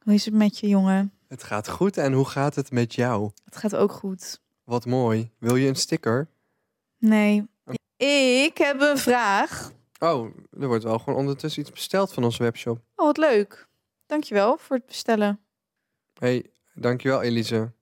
hoe is het met je jongen? het gaat goed en hoe gaat het met jou? Het gaat ook goed. Wat mooi. Wil je een sticker? Nee. Ik heb een vraag. Oh, er wordt wel gewoon ondertussen iets besteld van onze webshop. Oh, wat leuk. Dankjewel voor het bestellen. Hey, dankjewel Elise.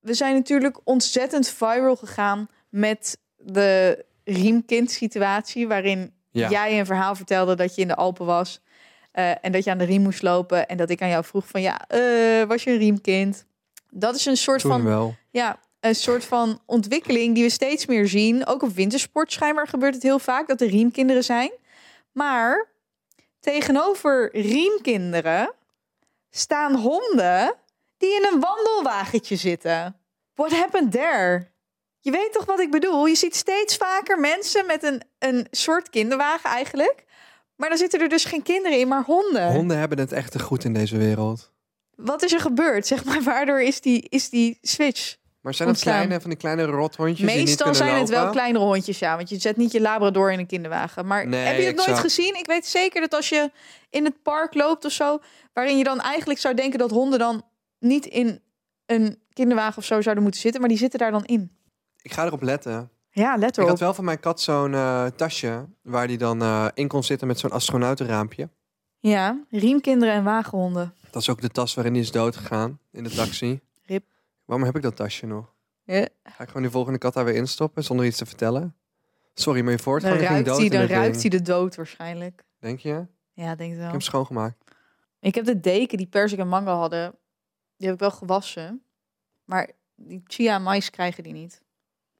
We zijn natuurlijk ontzettend viral gegaan met de riemkind situatie, waarin Ja. jij een verhaal vertelde dat je in de Alpen was eh, en dat je aan de riem moest lopen en dat ik aan jou vroeg van ja, eh, was je een riemkind? Dat is een soort Toen van wel. Ja, een soort van ontwikkeling die we steeds meer zien. Ook op wintersport schijnbaar gebeurt het heel vaak dat er riemkinderen zijn. Maar tegenover riemkinderen staan honden die in een wandelwagentje zitten. What happened there? Je weet toch wat ik bedoel? Je ziet steeds vaker mensen met een, een soort kinderwagen eigenlijk. Maar dan zitten er dus geen kinderen in, maar honden. Honden hebben het echt te goed in deze wereld. Wat is er gebeurd? Zeg maar, waardoor is die, is die switch? Maar zijn het Ontstaan. kleine van die kleine rothondjes die niet Meestal kunnen zijn het wel lopen? kleinere hondjes, ja. Want je zet niet je labrador in een kinderwagen. Maar Nee, heb je het nooit exact. gezien? Ik weet zeker dat als je in het park loopt of zo... waarin je dan eigenlijk zou denken dat honden dan niet in een kinderwagen of zo zouden moeten zitten... maar die zitten daar dan in. Ik ga erop letten. Ja, let Ik erop. had wel van mijn kat zo'n eh, tasje waar die dan eh, in kon zitten met zo'n astronautenraampje. Ja, riemkinderen en wagenhonden. Dat is ook de tas waarin die is doodgegaan in de taxi. Rip. Waarom heb ik dat tasje nog? Ja, Ga ik gewoon die volgende kat daar weer instoppen zonder iets te vertellen? Sorry, maar je dan voortgang ging ruikt dood hij in dan dat ding. ruikt hij de dood waarschijnlijk. Denk je? Ja, denk het Ik wel. heb schoongemaakt. Ik heb de deken die persik en mango hadden... die heb ik wel gewassen. Maar die chia en mais krijgen die niet.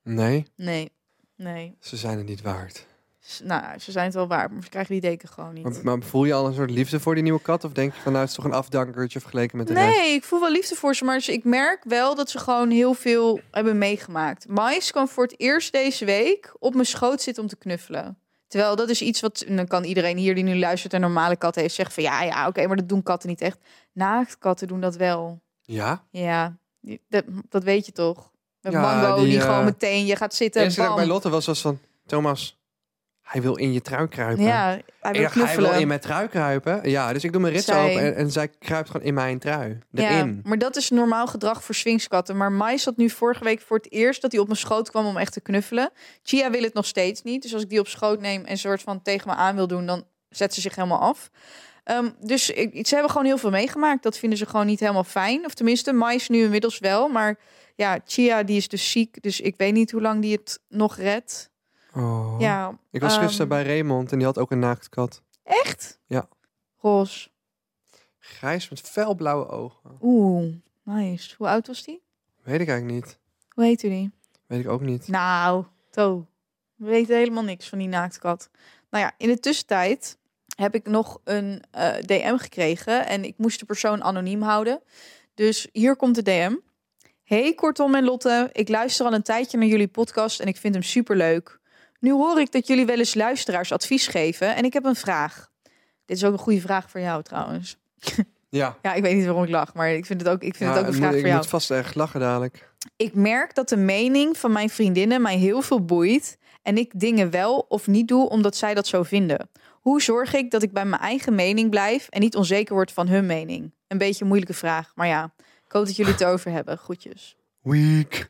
Nee, Nee, nee. ze zijn het niet waard. S- Nou, ja, ze zijn het wel waard, maar ze krijgen die deken gewoon niet. Maar, maar voel je al een soort liefde voor die nieuwe kat? Of denk je van nou, het is toch een afdankertje vergeleken met de rest? Nee, ik voel wel liefde voor ze, maar ze- ik merk wel dat ze gewoon heel veel hebben meegemaakt. Mais kwam voor het eerst deze week op mijn schoot zitten om te knuffelen. Terwijl dat is iets wat, en dan kan iedereen hier die nu luistert en een normale kat heeft zeggen van ja, ja, oké, maar dat doen katten niet echt. Naaktkatten doen dat wel. Ja? Ja, die- dat, dat weet je toch. Met Ja, mango die, die, eh, gewoon meteen, je gaat De zitten, eerste dag bam. bij Lotte was, was van, Thomas, hij wil in je trui kruipen. Ja, hij Ik wil dacht, hij wil knuffelen. in mijn trui kruipen. Ja, dus ik doe mijn rits Zij- open en, en zij kruipt gewoon in mijn trui. Erin. maar dat is normaal gedrag voor swingskatten. Maar Mais had nu vorige week voor het eerst dat hij op mijn schoot kwam om echt te knuffelen. Chia wil het nog steeds niet. Dus als ik die op schoot neem en soort van tegen me aan wil doen, dan zet ze zich helemaal af. Ehm, dus ik, ze hebben gewoon heel veel meegemaakt. Dat vinden ze gewoon niet helemaal fijn. Of tenminste, Mais nu inmiddels wel. Maar ja, Chia die is dus ziek. Dus ik weet niet hoe lang die het nog redt. Oh. Ja, Ik was ehm, gisteren bij Raymond en die had ook een naaktkat. Echt? Ja. Roos. Grijs met felblauwe ogen. Oeh, nice. Hoe oud was die? Weet ik eigenlijk niet. Hoe heette die? Weet ik ook niet. Nou, To, we weten helemaal niks van die naaktkat. Nou ja, in de tussentijd heb ik nog een eh, DM gekregen en ik moest de persoon anoniem houden. Dus hier komt de DM. Hey Kortom en Lotte, ik luister al een tijdje naar jullie podcast en ik vind hem superleuk. Nu hoor ik dat jullie wel eens luisteraars advies geven en ik heb een vraag. Dit is ook een goede vraag voor jou trouwens. Ja. Ja, ik weet niet waarom ik lach, maar ik vind het ook, ik vind het Ja, ook een het vraag moet- voor ik jou moet vast echt lachen dadelijk. ik merk dat de mening van mijn vriendinnen mij heel veel boeit en ik dingen wel of niet doe omdat zij dat zo vinden. Hoe zorg ik dat ik bij mijn eigen mening blijf en niet onzeker word van hun mening? Een beetje een moeilijke vraag, maar ja, ik hoop dat jullie het erover hebben. Groetjes. Weak.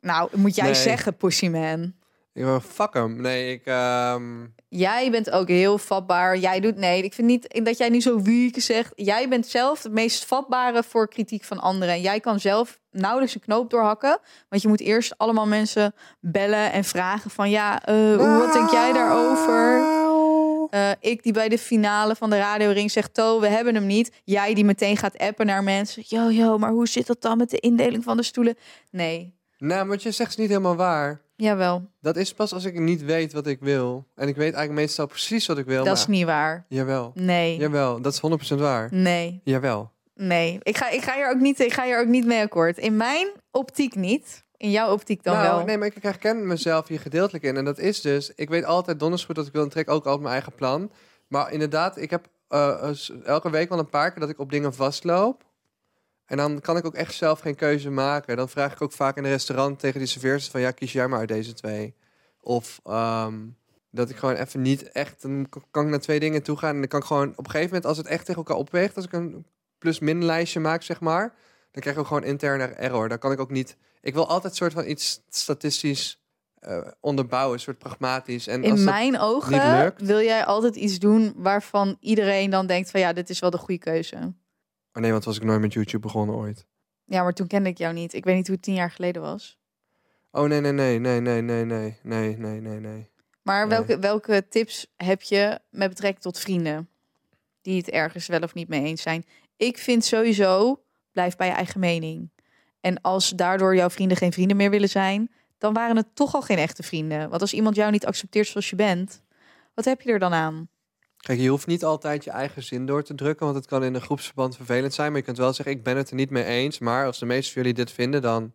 Nou, moet jij Nee. zeggen, Pussyman. Ik wil fuck hem. Nee, ik. ehm, Jij bent ook heel vatbaar. Jij doet nee. Ik vind niet dat jij nu zo wieke zegt. Jij bent zelf het meest vatbare voor kritiek van anderen. En jij kan zelf nauwelijks een knoop doorhakken. Want je moet eerst allemaal mensen bellen en vragen van ja, eh, hoe- wat denk jij daarover? Nou, Eh, ik die bij de finale van de radioring zegt, To, we hebben hem niet. Jij die meteen gaat appen naar mensen. Yo, yo, maar hoe zit dat dan met de indeling van de stoelen? Nee, Nou, wat je zegt is niet helemaal waar. jawel, Dat is pas als ik niet weet wat ik wil. En ik weet eigenlijk meestal precies wat ik wil. dat is maar- niet waar. Jawel. Nee, Jawel, dat is 100% waar. nee, Jawel. Nee, ik ga, ik, ga hier ook niet, ik ga hier ook niet mee akkoord. In mijn optiek niet. In jouw optiek dan nou, wel. nee, maar ik herken mezelf hier gedeeltelijk in. En dat is dus, ik weet altijd donders goed dat ik wil en trek ook altijd mijn eigen plan. Maar inderdaad, ik heb eh, eh, s- elke week wel een paar keer dat ik op dingen vastloop. En dan kan ik ook echt zelf geen keuze maken. Dan vraag ik ook vaak in een restaurant tegen die serveers van... ja, kies jij maar uit deze twee. Of ehm, dat ik gewoon even niet echt... dan k- kan ik naar twee dingen toe gaan en dan kan ik gewoon... op een gegeven moment, als het echt tegen elkaar opweegt... als ik een plus-min lijstje maak, zeg maar... dan krijg ik ook gewoon interne error. Dan kan ik ook niet... Ik wil altijd soort van iets statistisch eh, onderbouwen, een soort pragmatisch. En als In dat- mijn niet ogen lukt- wil jij altijd iets doen waarvan iedereen dan denkt van ja, dit is wel de goede keuze. Oh nee, want was ik nooit met YouTube begonnen ooit. Ja, maar toen kende ik jou niet. Ik weet niet hoe het tien jaar geleden was. Oh nee, nee, nee, nee, nee, nee, nee, nee, nee, nee, nee. Maar Nee. welke, welke tips heb je met betrekking tot vrienden die het ergens wel of niet mee eens zijn? Ik vind sowieso, blijf bij je eigen mening. En als daardoor jouw vrienden geen vrienden meer willen zijn, dan waren het toch al geen echte vrienden. Want als iemand jou niet accepteert zoals je bent, wat heb je er dan aan? Kijk, je hoeft niet altijd je eigen zin door te drukken, want het kan in een groepsverband vervelend zijn. Maar je kunt wel zeggen, ik ben het er niet mee eens, maar als de meesten van jullie dit vinden, dan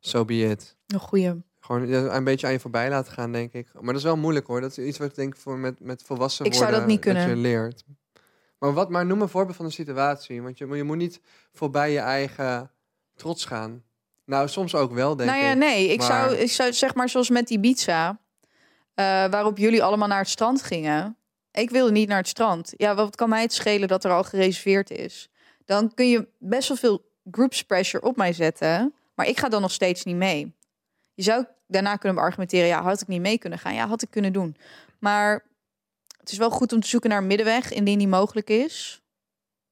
so be it. Een goede. Gewoon eh, een beetje aan je voorbij laten gaan, denk ik. Maar dat is wel moeilijk hoor. Dat is iets wat ik denk voor met, met volwassen Ik zou dat worden, niet kunnen. je leert. Maar, wat, maar noem een voorbeeld van een situatie, want je, moet- je moet niet voorbij je eigen trots gaan. Nou, soms ook wel, denk Nou ja, ik. nee. Ik, Maar- zou, ik zou zeg maar zoals met die pizza, eh, waarop jullie allemaal naar het strand gingen. Ik wilde niet naar het strand. Ja, wat kan mij het schelen dat er al gereserveerd is? Dan kun je best wel veel groups pressure op mij zetten. Maar ik ga dan nog steeds niet mee. Je zou daarna kunnen argumenteren, ja, had ik niet mee kunnen gaan? Ja, had ik kunnen doen. Maar het is wel goed om te zoeken naar een middenweg, indien die mogelijk is.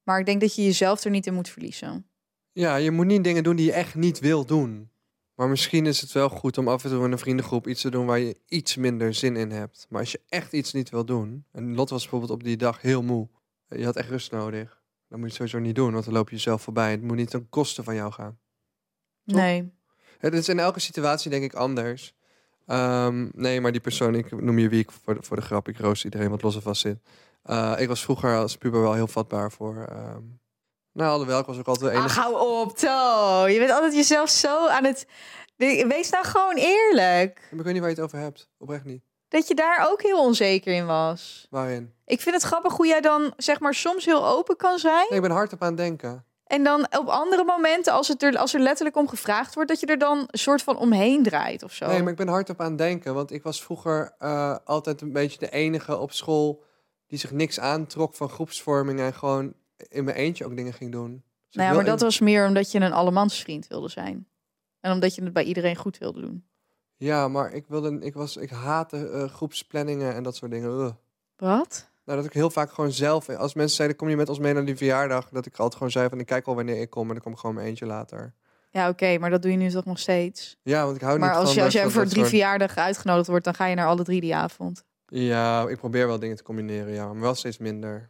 Maar ik denk dat je jezelf er niet in moet verliezen. Ja, je moet niet dingen doen die je echt niet wil doen. Maar misschien is het wel goed om af en toe in een vriendengroep iets te doen waar je iets minder zin in hebt. Maar als je echt iets niet wil doen, en Lot was bijvoorbeeld op die dag heel moe, eh, je had echt rust nodig, dan moet je het sowieso niet doen, want dan loop je jezelf voorbij. Het moet niet ten koste van jou gaan. Toch? Nee. Het is in elke situatie denk ik anders. Ehm, nee, maar die persoon, ik noem je wie ik voor de, voor de grap, ik roos iedereen wat los en vast zit. Eh, ik was vroeger als puber wel heel vatbaar voor. ehm, nou, alhoewel, ik was ook altijd de enige. Ach, hou Ah, op, To. Je bent altijd jezelf zo aan het... Wees nou gewoon eerlijk. Ik weet niet waar je het over hebt. Oprecht niet. Dat je daar ook heel onzeker in was. Waarin? Ik vind het grappig hoe jij dan zeg maar soms heel open kan zijn. Nee, ik ben hardop aan het denken. En dan op andere momenten, als, het er, als er letterlijk om gevraagd wordt... dat je er dan een soort van omheen draait of zo. Nee, maar ik ben hardop aan het denken. Want ik was vroeger eh, altijd een beetje de enige op school die zich niks aantrok van groepsvorming en gewoon in mijn eentje ook dingen ging doen. Dus ik nou ja, wil maar in- dat was meer omdat je een allemansvriend wilde zijn. En omdat je het bij iedereen goed wilde doen. Ja, maar ik, wilde, ik, was, ik haatte eh, groepsplanningen en dat soort dingen. Ugh. Wat? Nou, dat ik heel vaak gewoon zelf... Als mensen zeiden, kom je met ons mee naar die verjaardag? Dat ik altijd gewoon zei van, ik kijk al wanneer ik kom... en dan kom ik gewoon mijn eentje later. Ja, oké, maar dat doe je nu toch nog steeds. Ja, want ik hou Maar Oh, niet als, van... je, als jij dat- dat- voor dat drie soort- verjaardagen uitgenodigd wordt... dan ga je naar alle drie die avond. Ja, ik probeer wel dingen te combineren, ja, maar wel steeds minder.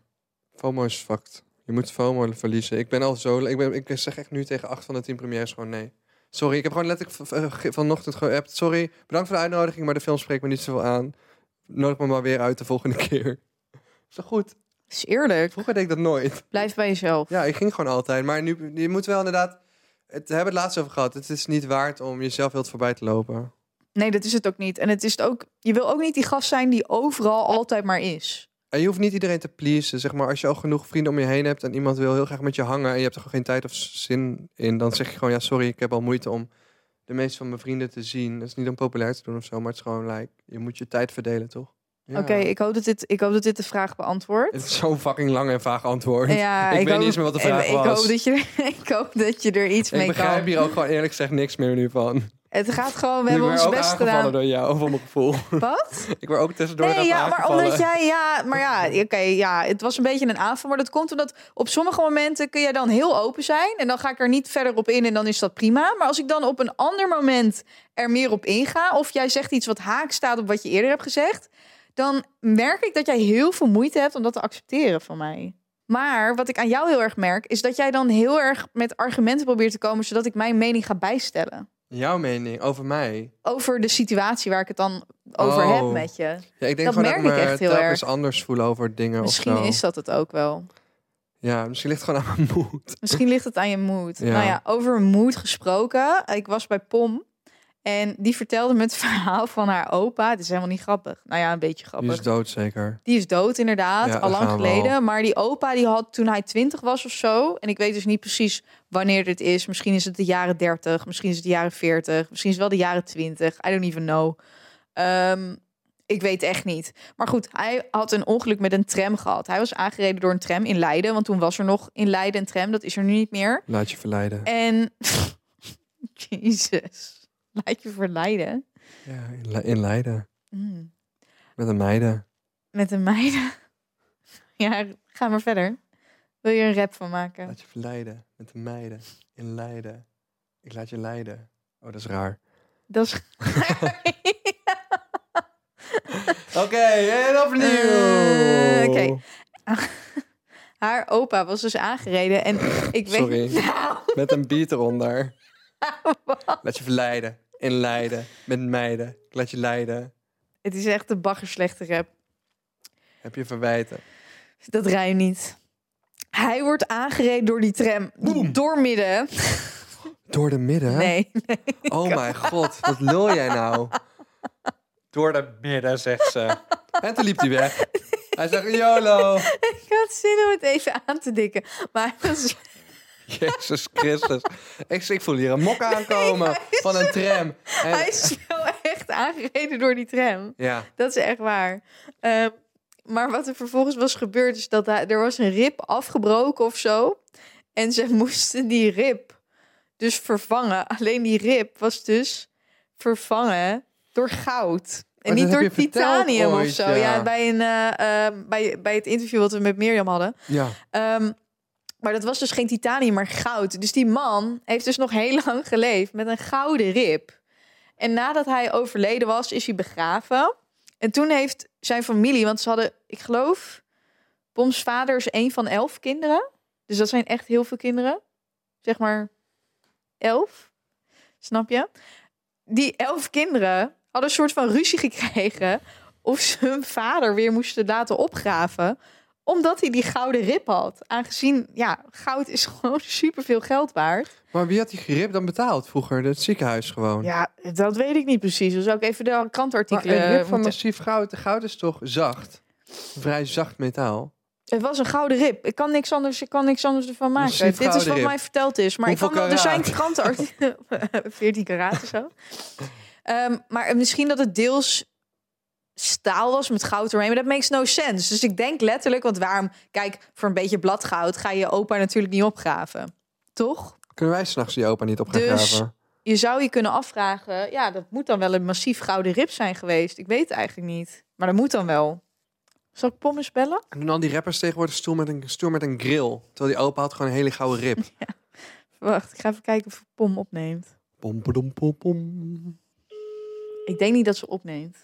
FOMO is fucked. Je moet FOMO verliezen. Ik ben al zo. Ik, ben, ik zeg echt nu tegen acht van de tien premières gewoon nee. Sorry, ik heb gewoon letterlijk v- v- ge- vanochtend geappt. Sorry, bedankt voor de uitnodiging, maar de film spreekt me niet zoveel aan. Nodig me maar weer uit de volgende keer. Zo goed. Dat is eerlijk. Vroeger deed ik dat nooit. Blijf bij jezelf. Ja, ik ging gewoon altijd. Maar nu, je moet wel inderdaad. Het we hebben het laatst over gehad. Het is niet waard om jezelf heel het voorbij te lopen. Nee, dat is het ook niet. En het is het ook. Je wil ook niet die gast zijn die overal altijd maar is. En je hoeft niet iedereen te pleasen. Zeg maar, als je al genoeg vrienden om je heen hebt en iemand wil heel graag met je hangen en je hebt er gewoon geen tijd of zin in, dan zeg je gewoon: ja, sorry, ik heb al moeite om de meeste van mijn vrienden te zien. Dat is niet om populair te doen of zo, maar het is gewoon like, je moet je tijd verdelen, toch? Ja. Oké, ik hoop dat dit, ik hoop dat dit de vraag beantwoort. Het is zo'n fucking lang en vaag antwoord. Ja, ik, weet hoop- niet eens meer wat de ik- vraag ik, was. Hoop dat je, ik hoop dat je er iets ik mee begrijp kan. hier ook gewoon eerlijk gezegd niks meer nu van. Het gaat gewoon, we ik hebben word ons ook best aangevallen gedaan. door jou, over mijn gevoel. Wat? ik word ook tussendoor Nee, even ja, maar aangevallen. omdat jij, ja, maar ja, oké, ja, het was een beetje een aanval, maar dat komt omdat op sommige momenten kun jij dan heel open zijn en dan ga ik er niet verder op in en dan is dat prima. Maar als ik dan op een ander moment er meer op inga of jij zegt iets wat haak staat op wat je eerder hebt gezegd, dan merk ik dat jij heel veel moeite hebt om dat te accepteren van mij. Maar wat ik aan jou heel erg merk, is dat jij dan heel erg met argumenten probeert te komen zodat ik mijn mening ga bijstellen Jouw mening over mij. over de situatie waar ik het dan over Oh. heb met je. Ja, ik denk Dat gewoon merk dat ik me echt heel telkens anders voelen over dingen Misschien of zo. is dat het ook wel. Ja, misschien ligt het gewoon aan mijn moed. Misschien ligt het aan je moed. Ja. Nou ja, over moed gesproken. Ik was bij Pom. En die vertelde me het verhaal van haar opa. Het is helemaal niet grappig. Nou ja, een beetje Die grappig. is dood zeker. Die is dood inderdaad, Ja, al lang gaan we al. geleden. Maar die opa die had toen hij 20 was of zo. En ik weet dus niet precies wanneer dit is. Misschien is het de jaren 30, misschien is het de jaren 40, misschien is het wel de jaren 20. I don't even know. Ehm, ik weet echt niet. Maar goed, hij had een ongeluk met een tram gehad. Hij was aangereden door een tram in Leiden. Want toen was er nog in Leiden een tram. Dat is er nu niet meer. Laat je verleiden. En. Jezus. Laat je verleiden. Ja, in, Le- in Leiden. Mm. Met een meiden. Met een meiden. Ja, ga maar verder. Wil je een rap van maken? Laat je verleiden. Met de meiden. In Leiden. Ik laat je leiden. Oh, dat is raar. Dat is. Oké, en opnieuw. Eh, oké. Haar opa was dus aangereden en ik weet. Sorry. Nou, Met een beat eronder. wat? Laat je verleiden. In Leiden. Met meiden. Ik laat je leiden. Het is echt een baggerslechte rap. Heb je verwijten. Dat rijmt niet. Hij wordt aangereden door die tram. Doormidden. Door de midden? Nee. Oh mijn god, wat lul jij nou? Door de midden, zegt ze. En toen liep hij weg. Hij zegt, YOLO. Ik had zin om het even aan te dikken. Maar hij was Jezus Christus. Ik, ik voel hier een mok aankomen van een tram. En- hij is wel echt aangereden door die tram. ja, Dat is echt waar. Ehm, maar wat er vervolgens was gebeurd is dat hij- er was een rib afgebroken of zo. En ze moesten die rib dus vervangen. Alleen die rib was dus vervangen door goud. En Maar Oh, dat niet heb door je verteld titanium ooit, of zo. ja. Ja, bij, een, eh, ehm, bij, bij het interview wat we met Mirjam hadden. ja. Ehm, maar dat was dus geen titanium, maar goud. Dus die man heeft dus nog heel lang geleefd met een gouden rib. En nadat hij overleden was, is hij begraven. En toen heeft zijn familie, want ze hadden, ik geloof, Poms vader is één van elf kinderen. Dus dat zijn echt heel veel kinderen. Zeg maar elf. Snap je? Die elf kinderen hadden een soort van ruzie gekregen. Of ze hun vader weer moesten laten opgraven omdat hij die gouden rib had. Aangezien, ja, goud is gewoon superveel geld waard. Maar wie had die grip dan betaald vroeger? Het ziekenhuis gewoon. Ja, dat weet ik niet precies. Dan zou ik even de maar krantartikelen een rib van moeten- massief goud. Goud is toch zacht? Vrij zacht metaal. Het was een gouden rib. Ik kan niks anders, ik kan niks anders ervan maken. Massief Dit is gouden wat rib. mij verteld is. Maar Hoeveel ik kan wel, er zijn karaat? krantenartikelen... 14 karaat of zo. Ehm, maar misschien dat het deels staal was met goud erheen. Maar dat makes no sense. Dus ik denk letterlijk, want waarom... Kijk, voor een beetje bladgoud ga je je opa natuurlijk niet opgraven. Toch? Kunnen wij s'nachts die opa niet op gaan Dus- graven? je zou je kunnen afvragen, ja, dat moet dan wel een massief gouden rib zijn geweest. Ik weet het eigenlijk niet, maar dat moet dan wel. Zal ik Pommes bellen? En doen al die rappers tegenwoordig stoel met een, stoel met een grill. Terwijl die opa had gewoon een hele gouden rib. Wacht, ik ga even kijken of Pom opneemt. Pom, pom, pom, pom. Ik denk niet dat ze opneemt.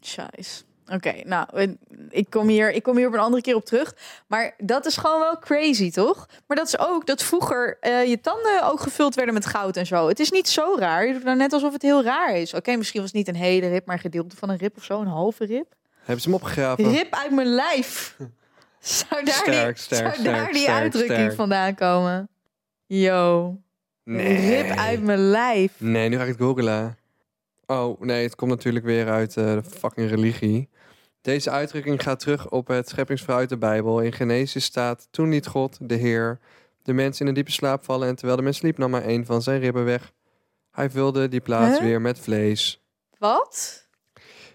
Scheiß. Oké, nou, eh, ik kom, hier, ik kom hier op een andere keer op terug. Maar dat is gewoon wel crazy, toch? Maar dat is ook dat vroeger eh, je tanden ook gevuld werden met goud en zo. Het is niet zo raar. Je doet nou net alsof het heel raar is. Oké, misschien was het niet een hele rib, maar een gedeelte van een rib of zo. Een halve rib. Hebben ze hem opgegraven? Rip uit mijn lijf. Zou daar Sterk, die, sterk, zou daar sterk, die sterk, uitdrukking sterk. vandaan komen? Yo. Rip uit mijn lijf. Nee, nu ga ik het googlen. Oh, nee, het komt natuurlijk weer uit eh, de fucking religie. Deze uitdrukking gaat terug op het scheppingsverhaal uit de Bijbel. In Genesis staat, toen liet God, de Heer, de mens in een diepe slaap vallen... en terwijl de mens sliep nam hij een van zijn ribben weg. Hij vulde die plaats Huh? weer met vlees. Wat?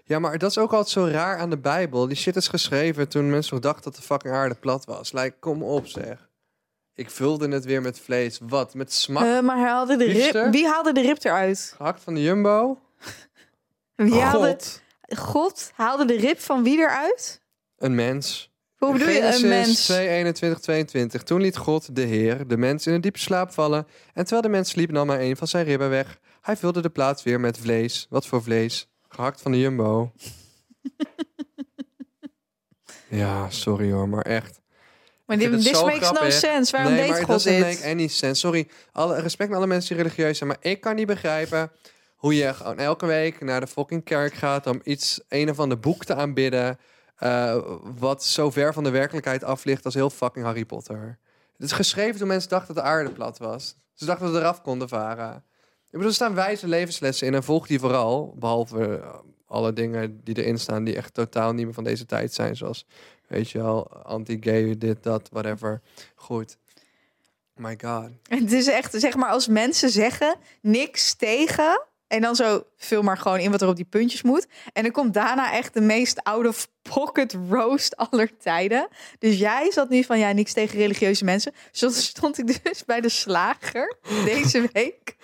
Ja, maar dat is ook altijd zo raar aan de Bijbel. Die shit is geschreven toen mensen nog dachten dat de fucking aarde plat was. Like, kom op zeg. Ik vulde het weer met vlees. Wat? Met smak? Eh, maar hij haalde de Riester? rib, wie haalde de rib eruit? Gehakt van de Jumbo? Wie Haalde, God. God haalde de rib van wie eruit? Een mens. Hoe bedoel je een mens? 2, 21, 22. Toen liet God, de Heer, de mens in een diepe slaap vallen. En terwijl de mens sliep, nam hij een van zijn ribben weg. Hij vulde de plaats weer met vlees. Wat voor vlees? Gehakt van de jumbo. ja, sorry hoor, maar echt. Maar Ik dit vind het this zo makes no grappig. sense. Waarom nee, deed maar God dat doesn't dit? make any sense. Sorry, alle, respect naar alle mensen die religieus zijn, maar ik kan niet begrijpen hoe je gewoon elke week naar de fucking kerk gaat om iets, een of ander boek te aanbidden. eh, eh, wat zo ver van de werkelijkheid af ligt als heel fucking Harry Potter. Het is geschreven toen mensen dachten dat de aarde plat was. Ze dachten dat we eraf konden varen. Ik bedoel, er staan wijze levenslessen in en volg die vooral. Behalve eh, alle dingen die erin staan die echt totaal niet meer van deze tijd zijn. Zoals, weet je wel, anti-gay, dit, dat, whatever. Goed. My god. Het is echt, zeg maar, als mensen zeggen niks tegen. En dan zo vul maar gewoon in wat er op die puntjes moet. En dan komt daarna echt de meest out of pocket roast aller tijden. Dus jij zat nu van ja, niks tegen religieuze mensen. Zo stond ik dus bij de slager deze week.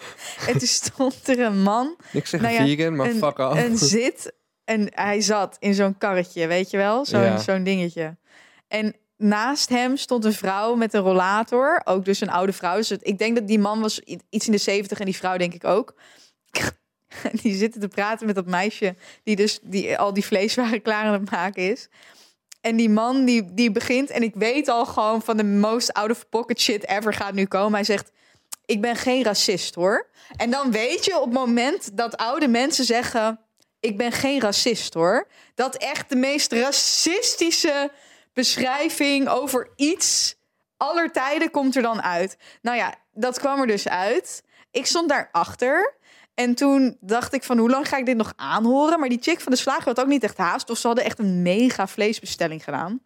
En toen stond er een man Niks zeg Nou ja, vegan, maar een- fuck af. en zit. En hij zat in zo'n karretje, weet je wel? Zo'n Ja. zo'n dingetje. En naast hem stond een vrouw met een rollator. Ook dus een oude vrouw. Dus het- ik denk dat die man was i- iets in de zeventig en die vrouw denk ik ook. En die zitten te praten met dat meisje die dus die, al die vleeswaren klaar aan het maken is. En die man die, die begint, en ik weet al gewoon van de most out of pocket shit ever gaat nu komen. Hij zegt, ik ben geen racist hoor. En dan weet je op het moment dat oude mensen zeggen... ik ben geen racist hoor... dat echt de meest racistische beschrijving over iets... aller tijden komt er dan uit. Nou ja, dat kwam er dus uit. Ik stond daarachter... En toen dacht ik van, hoe lang ga ik dit nog aanhoren? Maar die chick van de slager had ook niet echt haast. Of ze hadden echt een mega vleesbestelling gedaan.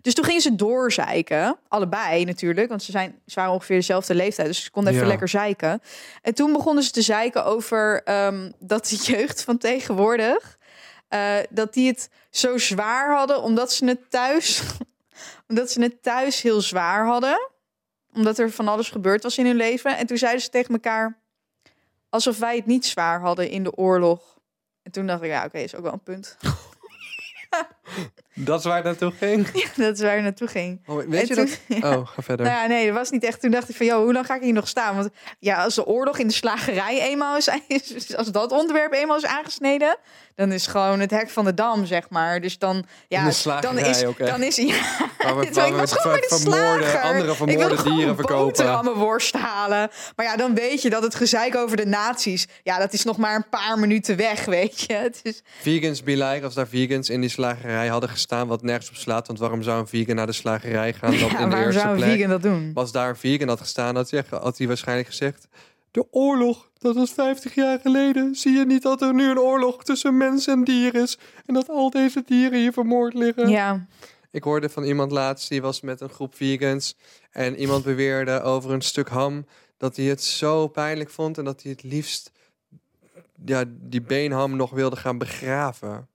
Dus toen gingen ze doorzeiken. Allebei natuurlijk, want ze, zijn, ze waren ongeveer dezelfde leeftijd. Dus ze konden even Ja. lekker zeiken. En toen begonnen ze te zeiken over ehm, dat de jeugd van tegenwoordig... eh, dat die het zo zwaar hadden omdat ze het thuis... omdat ze het thuis heel zwaar hadden. Omdat er van alles gebeurd was in hun leven. En toen zeiden ze tegen elkaar alsof wij het niet zwaar hadden in de oorlog. En toen dacht ik, ja, oké, is ook wel een punt. Dat is waar het naartoe ging. dat is waar je naartoe ging. Oh, weet je En dat? toen- Oh, ga verder. Nou ja, nee, dat was niet echt. Toen dacht ik van, joh, hoe lang ga ik hier nog staan? Want ja, als de oorlog in de slagerij eenmaal is, is- als dat onderwerp eenmaal is aangesneden, dan is gewoon het hek van de dam, zeg maar. Dus dan, In ja, de dan slagerij is, ook, hè? dan is, ja, Waar we, ik waar we was gewoon bij de vermoorden, slager. andere ik wilde vermoorde gewoon dieren verkopen. boterhammen worst halen. Maar ja, dan weet je dat het gezeik over de nazi's, ja, dat is nog maar een paar minuten weg, weet je. Het is, Vegans be like, als daar vegans in die slagerij hadden gestaan, wat nergens op slaat. Want waarom zou een vegan naar de slagerij gaan dan ja, in de waarom eerste zou een plek? vegan dat doen? Als daar een vegan had gestaan, had hij, had hij waarschijnlijk gezegd... De oorlog, dat was 50 jaar geleden. Zie je niet dat er nu een oorlog tussen mens en dier is? En dat al deze dieren hier vermoord liggen? Ja, Ik hoorde van iemand laatst, die was met een groep vegans. En iemand beweerde over een stuk ham dat hij het zo pijnlijk vond. En dat hij het liefst ja, die beenham nog wilde gaan begraven.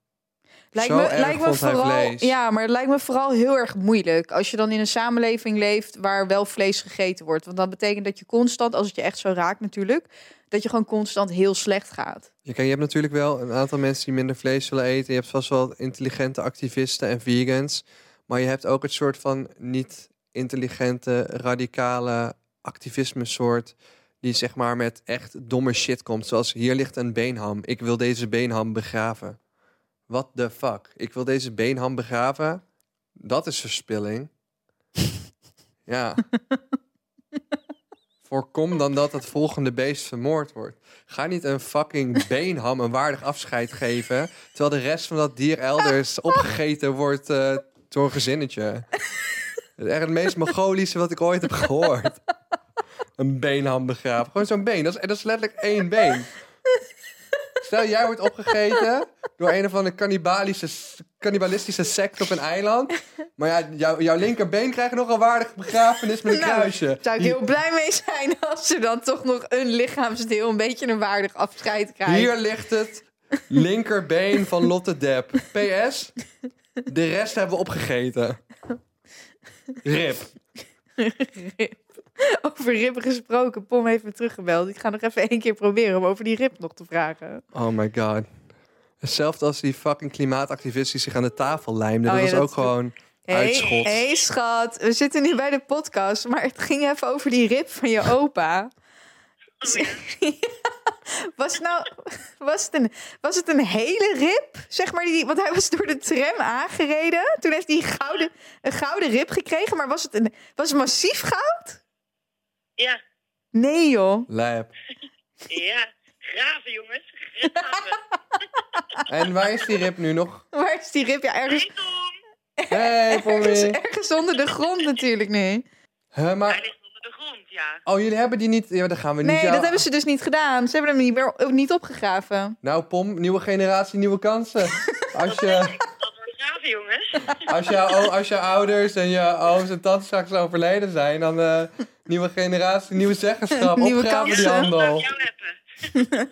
lijkt zo me, erg lijkt me vond hij vooral, vlees. ja, maar het lijkt me vooral heel erg moeilijk als je dan in een samenleving leeft waar wel vlees gegeten wordt. Want dat betekent dat je constant, als het je echt zo raakt natuurlijk, dat je gewoon constant heel slecht gaat. Je, kan, je hebt natuurlijk wel een aantal mensen die minder vlees zullen eten. Je hebt vast wel intelligente activisten en vegans. Maar je hebt ook het soort van niet-intelligente, radicale activisme soort... die zeg maar met echt domme shit komt. Zoals, hier ligt een beenham. Ik wil deze beenham begraven. What the fuck? Ik wil deze beenham begraven? Dat is verspilling. Ja. Voorkom dan dat het volgende beest vermoord wordt. Ga niet een fucking beenham een waardig afscheid geven... terwijl de rest van dat dier elders opgegeten wordt eh, door een gezinnetje. Het is echt het meest mongolische wat ik ooit heb gehoord. Een beenham begraven. Gewoon zo'n been. Dat is, en dat is letterlijk één been. Stel, jij wordt opgegeten door een of andere kannibalische- kannibalistische sect op een eiland. Maar ja, jou- jouw linkerbeen krijgt nog een waardige begrafenis met een Nou, kruisje. Daar zou ik heel blij mee zijn als ze dan toch nog een lichaamsdeel een beetje een waardig afscheid krijgt. Hier ligt het linkerbeen van Lotte Depp. PS, de rest hebben we opgegeten. Rip. Over rib gesproken, Pom heeft me teruggebeld. Ik ga nog even één keer proberen om over die rib nog te vragen. Oh my god. Hetzelfde als die fucking klimaatactivisten die zich aan de tafel lijmden. Oh dat ja, was dat ook is- gewoon uitschot. hey, schat, we zitten nu bij de podcast, maar het ging even over die rib van je opa. Was, nou, was, het een, was het een hele rib? Zeg maar, die, want hij was door de tram aangereden. Toen heeft hij een gouden, een gouden rib gekregen. Maar was het, een, was het massief goud? Ja, Nee, joh. Lijp. ja. Graven, jongens. En waar is die rib nu nog? Waar is die rib? Ja, ergens, Hey Tom, Hey, ergens, Pommy. ergens onder de grond natuurlijk nu. Huh, hij maar... ligt onder de grond, ja. Oh, jullie hebben die niet... Ja, dat gaan we niet... Nee, jou- dat hebben ze dus niet gedaan. Ze hebben hem niet, meer, ook niet opgegraven. Nou, Pom, nieuwe generatie, nieuwe kansen. Als je, Dat wordt gaaf, jongens. als je, als je ouders en je ooms en tantes straks overleden zijn, dan eh, nieuwe generatie, nieuwe zeggenschap, Nieuwe opgraven die kansen. handel. Jou hebben.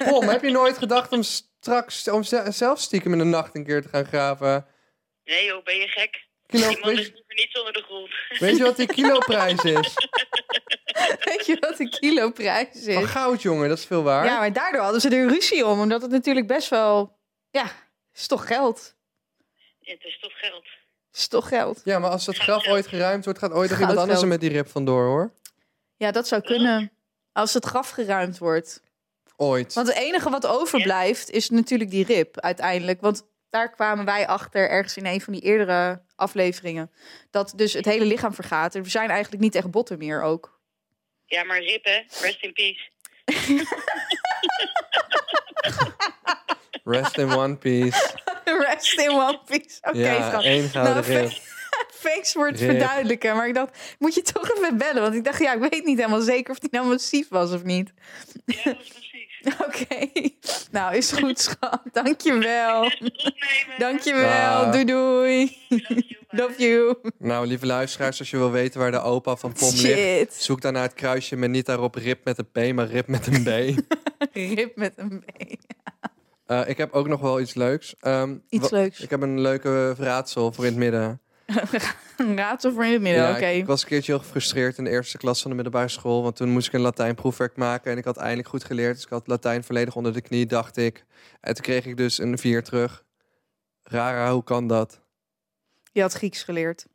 Pom, heb je nooit gedacht om straks om ze- zelf stiekem in de nacht een keer te gaan graven? Nee joh, ben je gek? Kilo, Iemand ligt weet, liever niet onder de grond. weet je wat die kiloprijs is? Weet je wat de kiloprijs Van is? Oh, goud, jongen, dat is veel waard. Ja, maar daardoor hadden ze er ruzie om. Omdat het natuurlijk best wel... Ja, is toch geld. Ja, het is toch geld. Is toch geld. Ja, maar als dat graf ooit geruimd wordt, gaat ooit nog iemand Goudveld. anders er met die rib vandoor, hoor. Ja, dat zou kunnen. Als het graf geruimd wordt. Ooit. Want het enige wat overblijft is natuurlijk die rib uiteindelijk. Want daar kwamen wij achter ergens in een van die eerdere afleveringen. Dat dus het hele lichaam vergaat. Er zijn eigenlijk niet echt botten meer ook. Ja, maar Rip, hè? Rest in peace. Rest in one piece. Rest in one piece. Oké, ja, schat. één Nou, gouden fijn. rib. Thanks voor het Rip. verduidelijken. Maar ik dacht, moet je toch even bellen? Want ik dacht, ja, ik weet niet helemaal zeker of die nou massief was of niet. Ja, dat is precies. Oké. Nou, is goed, schat. Dankjewel. Opnemen. Dankjewel. Ah. Doei doei. Dankjewel. Love you. Nou, lieve luisteraars, als je wil weten waar de opa van Pom ligt, Shit. zoek dan naar het kruisje met niet daarop rib met een P, maar rib met een B. Rip met een B. Eh, ik heb ook nog wel iets leuks. Ehm, Iets wa- leuks. Ik heb een leuke raadsel voor in het midden. Een raadsel voor in het midden, Ja, oké. ik, ik was een keertje heel gefrustreerd in de eerste klas van de middelbare school, want toen moest ik een Latijn proefwerk maken en ik had eindelijk goed geleerd, dus ik had Latijn volledig onder de knie, dacht ik. En toen kreeg ik dus een 4 terug. Rara, hoe kan dat? Je had Grieks geleerd.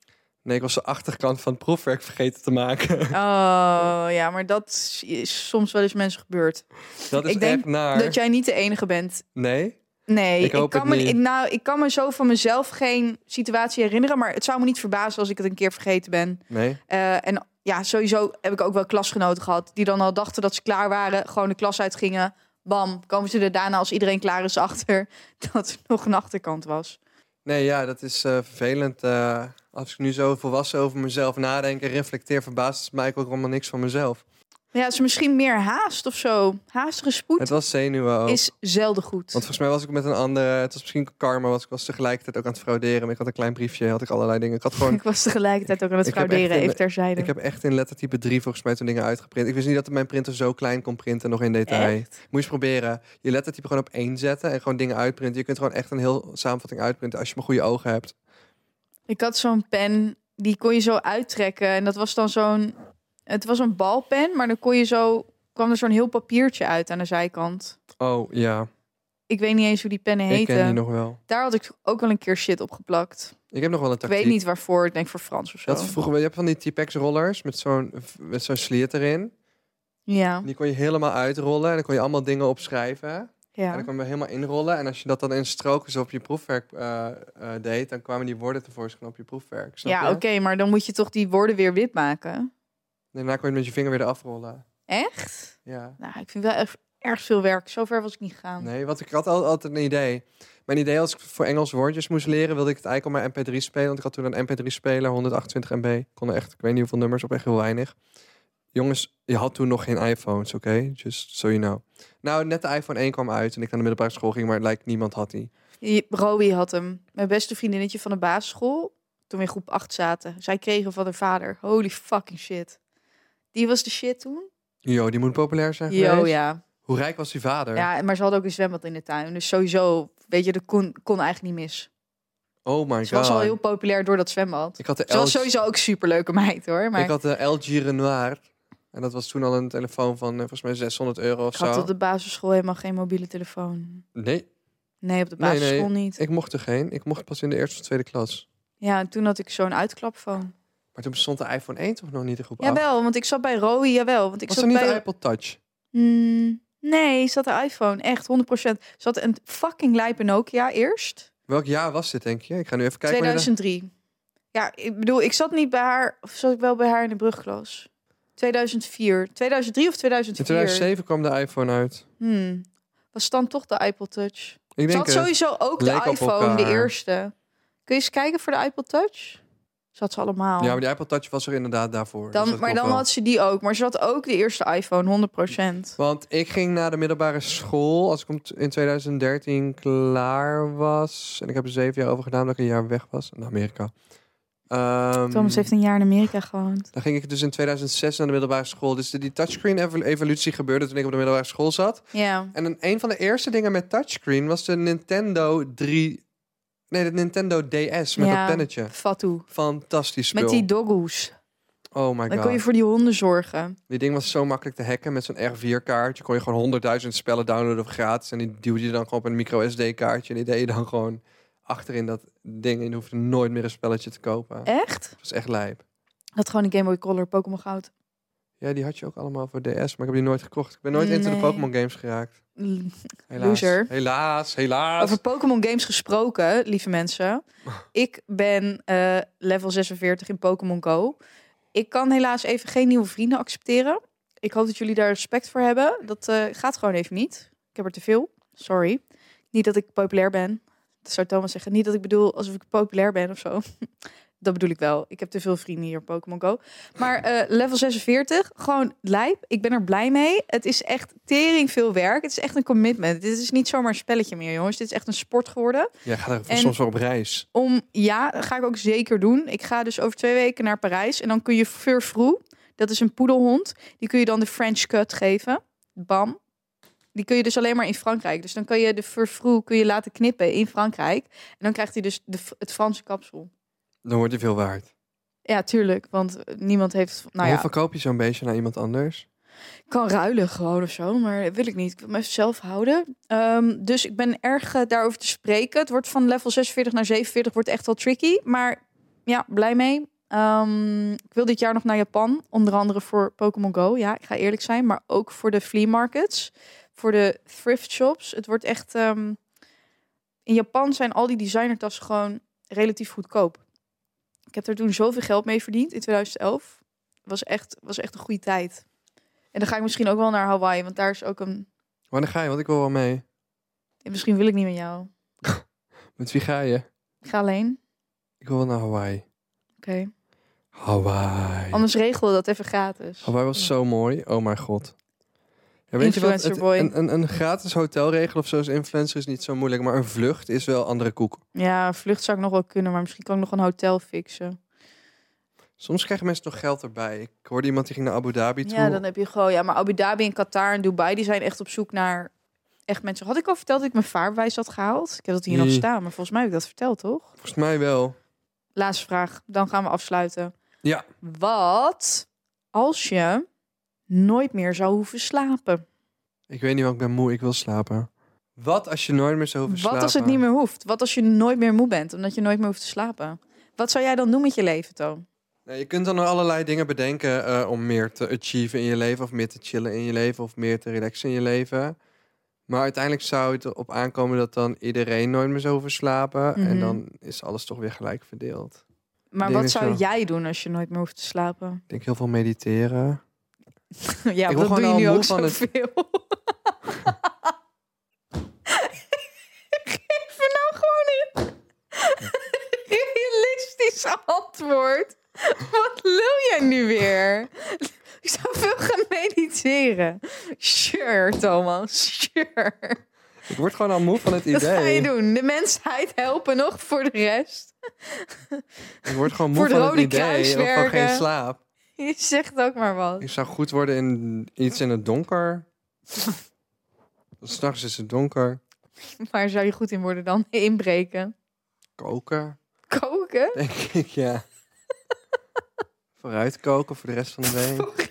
Nee, ik was de achterkant van het proefwerk vergeten te maken. Oh, ja, maar dat is soms wel eens mensen gebeurd. Dat is Ik denk echt naar. Dat jij niet de enige bent. Nee? Nee, Ik ik, hoop kan het me, niet. ik- nou, ik kan me zo van mezelf geen situatie herinneren. Maar het zou me niet verbazen als ik het een keer vergeten ben. Nee? Eh, en ja, sowieso heb ik ook wel klasgenoten gehad. die dan al dachten dat ze klaar waren. gewoon de klas uitgingen. Bam, komen ze er daarna als iedereen klaar is achter. dat er nog een achterkant was. Nee, ja, dat is eh, vervelend. eh, als ik nu zo volwassen over mezelf nadenk en reflecteer, verbaast het mij ook helemaal niks van mezelf. Ja, het is misschien meer haast of zo. Haastige spoed Het was zenuwen ook. is zelden goed. Want volgens mij was ik met een andere, het was misschien karma, want ik was tegelijkertijd ook aan het frauderen. Maar ik had een klein briefje, had ik allerlei dingen. Ik had gewoon, Ik was tegelijkertijd ook aan het Ik heb echt frauderen, een- even terzijde. ik heb echt in lettertype 3 volgens mij toen dingen uitgeprint. Ik wist niet dat mijn printer zo klein kon printen, nog in detail. Moet je eens proberen. Je lettertype gewoon op één zetten en gewoon dingen uitprinten. Je kunt gewoon echt een heel samenvatting uitprinten als je maar goede ogen hebt. Ik had zo'n pen, die kon je zo uittrekken. En dat was dan zo'n... Het was een balpen, maar dan kon je zo... kwam er zo'n heel papiertje uit aan de zijkant. Oh ja, Ik weet niet eens hoe die pennen ik ken die heten. nog wel. Daar had ik ook wel een keer shit op geplakt. Ik heb nog wel een Ik tactiek. weet niet waarvoor, ik denk voor Frans of zo. Dat vroeger, je hebt van die T-Pex rollers met zo'n met zo'n sliert erin. Ja, Die kon je helemaal uitrollen en dan kon je allemaal dingen opschrijven. En dan ja. kon je helemaal inrollen. En als je dat dan in strookjes op je proefwerk eh, eh, deed, dan kwamen die woorden tevoorschijn op je proefwerk. Snap Ja, je? oké, maar dan moet je toch die woorden weer wit maken. Daarna kon je het met je vinger weer eraf rollen. Echt? Ja. Nou, ik vind wel echt erg veel werk. Zover was ik niet gegaan. Nee, want ik had al, altijd een idee. Mijn idee als ik voor Engels woordjes moest leren, wilde ik het eigenlijk op mijn MP3 spelen. Want ik had toen een MP3-speler, 128 MB. Kon er echt, ik weet niet hoeveel nummers op, echt heel weinig. Jongens, je had toen nog geen iPhones, oké? Just so you know. Nou, net de iPhone 1 kwam uit en ik naar de middelbare school ging, maar het lijkt niemand had die. Je- Rowie had hem. Mijn beste vriendinnetje van de basisschool. Toen we in groep 8 zaten. Zij kregen hem van haar vader. Holy fucking shit. Die was de shit toen. Yo, die moet populair zijn geweest. Yo, ja. Hoe rijk was die vader? ja. Maar ze hadden ook een zwembad in de tuin. Dus sowieso, weet je, dat kon, kon eigenlijk niet mis. Oh my god. Ze was al heel populair door dat zwembad. Ik had de Ze was LG sowieso ook superleuke meid hoor. Maar Ik had de LG Renoir. En dat was toen al een telefoon van eh, volgens mij 600 euro of ik had zo. op de basisschool helemaal geen mobiele telefoon. Nee, Nee, op de Nee, nee. basisschool niet. ik mocht er geen. Ik mocht pas in de eerste of tweede klas. Ja, en toen had ik zo'n uitklapfoon. Maar toen bestond de iPhone 1 toch nog niet in groep 8? Jawel, want ik zat bij Rowie, jawel. Want ik was zat er niet bij... de Apple Touch? Hmm, nee, zat de iPhone. Echt, 100%. Zat een fucking lijpe Nokia eerst. Welk jaar was dit, denk je? Ik ga nu even kijken. wanneer dat- 2003. Ja, ik bedoel, ik zat niet bij haar... Of zat ik wel bij haar in de brugklas? 2004. 2003 of In 2004? 2007 kwam de iPhone uit. Hmm. was dan toch de iPod Touch. Ik Ze denk had het. sowieso ook de Leek op iPhone, de elkaar. eerste. Kun je eens kijken voor de iPod Touch? Zat ze allemaal. Ja, maar die Apple Touch was er inderdaad daarvoor. dus dan, maar dat klopt dan wel. had ze die ook. Maar ze had ook de eerste iPhone, 100%. Want ik ging naar de middelbare school als ik om t- in 2013 klaar was. En ik heb er zeven jaar over gedaan omdat ik een jaar weg was in Amerika. Ehm, Thomas heeft een jaar in Amerika gewoond. dan ging ik dus in 2006 naar de middelbare school. Dus de- die touchscreen-evolutie gebeurde toen ik op de middelbare school zat. Ja. En een, een van de eerste dingen met touchscreen was de Nintendo 3... Nee, de Nintendo DS met Ja. dat pennetje. Fatou. Fantastisch spul. Met die doggoes. Oh my Dan god. kon je voor die honden zorgen. Die ding was zo makkelijk te hacken met zo'n R4-kaartje. Kon je gewoon honderdduizend spellen downloaden voor gratis. En die duwde je dan gewoon op een micro SD-kaartje. En die deed je dan gewoon achterin dat ding. En je hoefde nooit meer een spelletje te kopen. Echt? Dat was echt lijp. Dat gewoon een Game Boy Color, Pokémon Goud. Ja, die had je ook allemaal voor DS, maar ik heb die nooit gekocht. Ik ben nooit into de Nee. Pokémon games geraakt. Mm. Helaas. Loser. Helaas, helaas. Over Pokémon games gesproken, lieve mensen. Ik ben eh, level 46 in Pokémon Go. Ik kan helaas even geen nieuwe vrienden accepteren. Ik hoop dat jullie daar respect voor hebben. Dat eh, gaat gewoon even niet. Ik heb er te veel. Sorry. Niet dat ik populair ben. Dat zou Thomas zeggen. Niet dat ik bedoel alsof ik populair ben of zo. Dat bedoel ik wel. Ik heb te veel vrienden hier op Pokémon Go. Maar eh, level 46, gewoon lijp. Ik ben er blij mee. Het is echt tering veel werk. Het is echt een commitment. Dit is niet zomaar een spelletje meer, jongens. Dit is echt een sport geworden. Jij gaat er En- soms voor op reis. Om, ja, dat ga ik ook zeker doen. Ik ga dus over twee weken naar Parijs. En dan kun je Fur Froe, dat is een poedelhond. Die kun je dan de French Cut geven. Bam. Die kun je dus alleen maar in Frankrijk. Dus dan kun je de Fur Froe kun je laten knippen in Frankrijk. En dan krijgt hij dus de, het Franse kapsel. Dan wordt je veel waard. Ja, tuurlijk. Want niemand heeft... Nou ja. Hoe verkoop je zo'n beestje naar iemand anders? kan ruilen gewoon of zo, maar dat wil ik niet. Ik wil me even zelf houden. Ehm, dus ik ben erg eh, daarover te spreken. Het wordt van level 46 naar 47 wordt echt wel tricky, maar ja, blij mee. Ehm, ik wil dit jaar nog naar Japan, onder andere voor Pokémon Go. Ja, ik ga eerlijk zijn, maar ook voor de flea markets, voor de thrift shops. Het wordt echt. ehm, in Japan zijn al die designertassen gewoon relatief goedkoop. Ik heb er toen zoveel geld mee verdiend in 2011. Was echt, was echt een goede tijd. En dan ga ik misschien ook wel naar Hawaii, want daar is ook een. Wanneer ga je? Want ik wil wel mee. en Misschien wil ik niet met jou. Met wie ga je? Ik ga alleen. Ik wil wel naar Hawaii. Oké. Hawaii. Anders regelen we dat even gratis. Hawaii was zo mooi. Oh mijn god. Ja, weet je wat? Influencer Het- boy. een, een, een gratis hotelregel of zo is influencer is niet zo moeilijk. Maar een vlucht is wel andere koek. Ja, een vlucht zou ik nog wel kunnen, maar misschien kan ik nog een hotel fixen. Soms krijgen mensen nog geld erbij. Ik hoorde iemand die ging naar Abu Dhabi toe. Ja, dan heb je gewoon. Ja, maar Abu Dhabi en Qatar en Dubai, die zijn echt op zoek naar. Echt mensen. Had ik al verteld dat ik mijn vaarbewijs had gehaald? Ik heb dat hier nog Nee. staan, maar volgens mij heb ik dat verteld, toch? Volgens mij wel. Laatste vraag, dan gaan we afsluiten. Ja. Wat als je nooit meer zou hoeven slapen? Ik weet niet, want ik ben moe. Ik wil slapen. Wat als je nooit meer zou hoeven slapen? Wat als het niet meer hoeft? Wat als je nooit meer moe bent, omdat je nooit meer hoeft te slapen? Wat zou jij dan doen met je leven, Toon? Nou, je kunt dan allerlei dingen bedenken eh, om meer te achieven in je leven. Of meer te chillen in je leven. Of meer te relaxen in je leven. Maar uiteindelijk zou het erop aankomen dat dan iedereen nooit meer zou hoeven slapen. Mhm. En dan is alles toch weer gelijk verdeeld. Maar Denk wat het zou wel. jij doen als je nooit meer hoeft te slapen? Ik denk heel veel mediteren. ja, word dat gewoon doe je al nu moe ook van het- zoveel. Geef me nou gewoon een realistisch antwoord. Wat lul jij nu weer? Ik zou veel gaan mediteren. Sure, Thomas. Sure. Ik word gewoon al moe van het idee. Dat ga je doen. De mensheid helpen nog voor de rest. Ik word gewoon moe Voor de van het Rode idee Kruis of van geen werken. slaap. Je zegt ook maar wat. Ik zou goed worden in iets in het donker. S'nachts is het donker. Waar zou je goed in worden dan? Inbreken. Koken, Koken? denk ik, ja. Vooruit koken voor de rest van de week.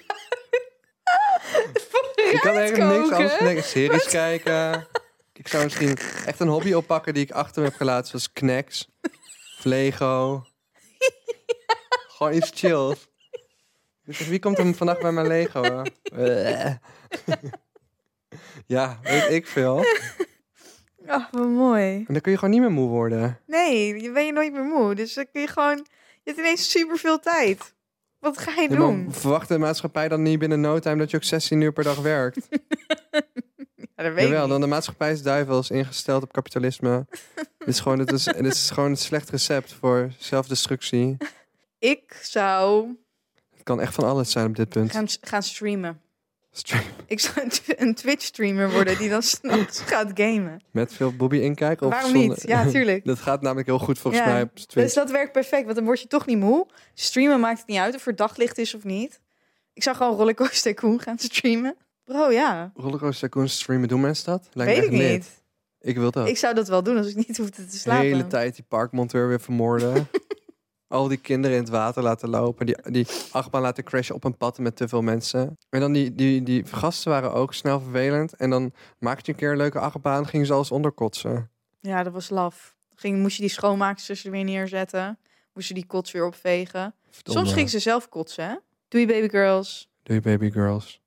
Ik kan eigenlijk niks Vooruitkoken? anders denken. Series kijken. Ik zou misschien echt een hobby oppakken die ik achter me heb gelaten. Zoals Knacks, of Lego. Gewoon iets chills. Dus wie komt er vannacht bij mijn Lego? hè? Bleh. ja, weet ik veel. Ach, wat mooi. En dan kun je gewoon niet meer moe worden. Nee, je ben je nooit meer moe. Dus dan kun je gewoon... Je hebt ineens superveel tijd. Wat ga je Ja, maar doen? verwacht de maatschappij dan niet binnen no time dat je ook 16 uur per dag werkt? Ja, dat weet ik Jawel, niet. dan de maatschappij is duivels ingesteld op kapitalisme. dit, is gewoon, dit, is, dit is gewoon een slecht recept voor zelfdestructie. Ik zou Het kan echt van alles zijn op dit punt. gaan, gaan streamen. Stream Ik zou een t- een Twitch-streamer worden die dan s'nachts gaat gamen. Met veel Bobby inkijken? Of Waarom zonder- niet? Ja, tuurlijk. Dat gaat namelijk heel goed volgens Ja. mij op Dus Twitch. dat werkt perfect, want dan word je toch niet moe. Streamen maakt het niet uit of er daglicht is of niet. Ik zou gewoon Rollercoaster Tycoon gaan streamen. Bro, ja. Rollercoaster Tycoon streamen, doen mensen dat? Lijkt weet me ik echt niet. lit. Ik wil dat. Ik zou dat wel doen als ik niet hoefde te de slapen. hele tijd die parkmonteur weer vermoorden. Al die kinderen in het water laten lopen. Die, die achtbaan laten crashen op een pad met te veel mensen. En dan die, die, die gasten waren ook snel vervelend. En dan maakte je een keer een leuke achtbaan, gingen ze alles onderkotsen. Ja, dat was laf. Ging, moest je die schoonmaaksters er weer neerzetten. Moest je die kots weer opvegen. Verdomme. Soms ging ze zelf kotsen, hè? Doei baby girls. Doei baby girls.